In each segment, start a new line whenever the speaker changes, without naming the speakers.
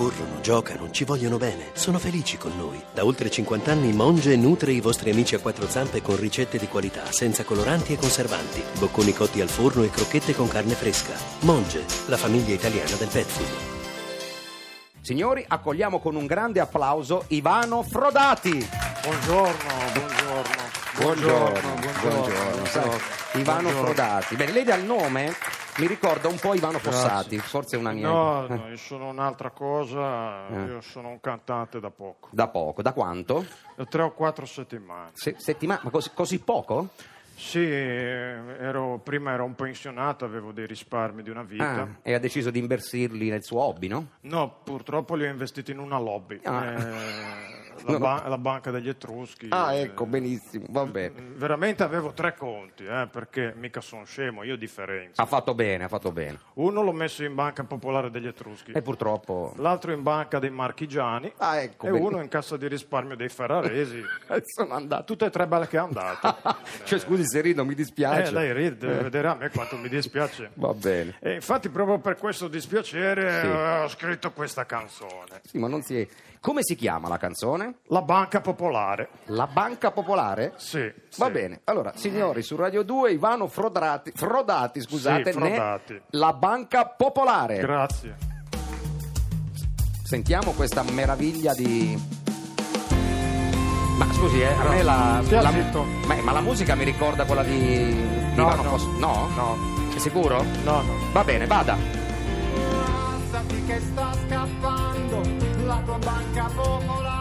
Corrono, giocano, ci vogliono bene, sono felici con noi. Da oltre 50 anni Monge nutre i vostri amici a quattro zampe con ricette di qualità, senza coloranti e conservanti, bocconi cotti al forno e crocchette con carne fresca. Monge, la famiglia italiana del pet food.
Signori, accogliamo con un grande applauso Ivano Frodati.
Buongiorno, buongiorno.
Buongiorno,
buongiorno.
Sai, Ivano
Buongiorno.
Frodati. Bene, lei dal nome mi ricorda un po' Ivano Fossati, forse una mia.
No,
eh,
no, io sono un'altra cosa,
Eh.
io sono un cantante da poco,
Da poco, da quanto?
da tre o quattro settimane.
Se- settimana, ma così, così poco?
Sì, eh, ero- prima ero un pensionato, avevo dei risparmi di una vita.
Ah, e ha deciso di imbersirli nel suo hobby, no?
No, purtroppo li ho investiti in una lobby,
Ah.
eh, la, ba- la banca degli Etruschi.
Ah,
eh,
ecco, benissimo, va
eh,
bene.
Veramente avevo tre conti, eh, perché mica sono scemo, io differenzo.
Ha fatto bene, ha fatto bene.
Uno l'ho messo in banca popolare degli Etruschi.
E purtroppo...
l'altro in banca dei marchigiani
Ah, ecco,
e
bene.
uno in cassa di risparmio dei ferraresi.
Sono andato.
Tutte e tre belle che è andata.
cioè, scusi se rido, mi dispiace.
eh, lei ride, deve vedere a me quanto mi dispiace.
Va bene.
E infatti proprio per questo dispiacere
Sì.
eh, ho scritto questa canzone.
Sì, ma non si è... Come si chiama la canzone?
La banca popolare.
La Banca Popolare?
Sì.
Va
sì.
bene, allora signori su Radio 2 Ivano Frodrati, Frodati, scusate,
Sì,
ne-
Frodati.
la Banca Popolare.
Grazie.
Sentiamo questa meraviglia di... Ma scusi, eh, a me la,
Stia
la-
zitto.
ma, ma la musica mi ricorda quella di, di
No,
Ivano
no.
Fos- No?
No,
Sei sicuro?
no, no.
Va bene, vada.
Alzati che sta scappando la tua banca popolare.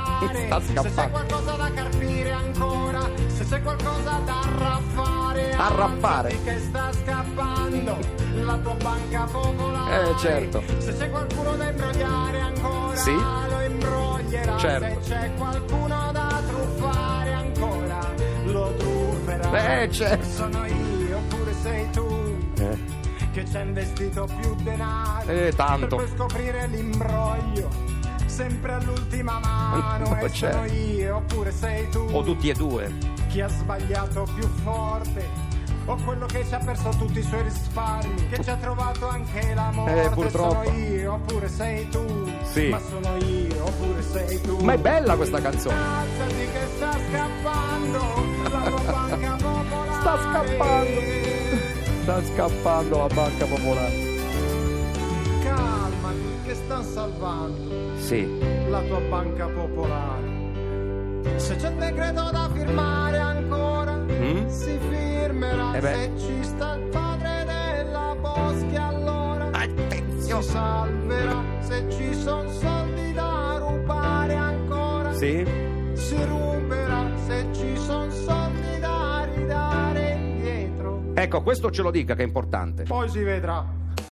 Sta
se c'è
scappando.
qualcosa da carpire ancora, se c'è qualcosa da arraffare.
Arraffare.
alzati che sta scappando la tua banca popolare.
Eh, certo.
Se c'è qualcuno da imbrogliare ancora,
Sì.
lo imbroglierà.
Certo.
Se c'è qualcuno da truffare ancora, lo trufferà.
Eh, certo.
Sono io oppure sei tu
Eh.
che ci ha investito più denaro
Eh, tanto.
per poi scoprire l'imbroglio sempre all'ultima mano
No,
e sono
certo.
io oppure sei tu
O tutti e due.
chi ha sbagliato più forte o quello che ci ha perso tutti i suoi risparmi che ci ha trovato anche la morte
Eh, purtroppo.
sono io oppure sei tu
Sì.
ma sono io oppure sei tu
Ma è bella questa canzone.
Alzati che sta scappando la tua banca popolare
Sta scappando. Sta scappando la Banca Popolare.
calmati che sta salvando
Sì,
la tua banca popolare. Se c'è un decreto da firmare ancora,
Mm?
si firmerà.
Eh beh.
Se ci sta il padre della Boschi, allora
Ah,
si salverà. Se ci sono soldi da rubare ancora,
sì.
si ruberà. Se ci sono soldi da ridare indietro,
Ecco, questo ce lo dica che è importante.
poi si vedrà.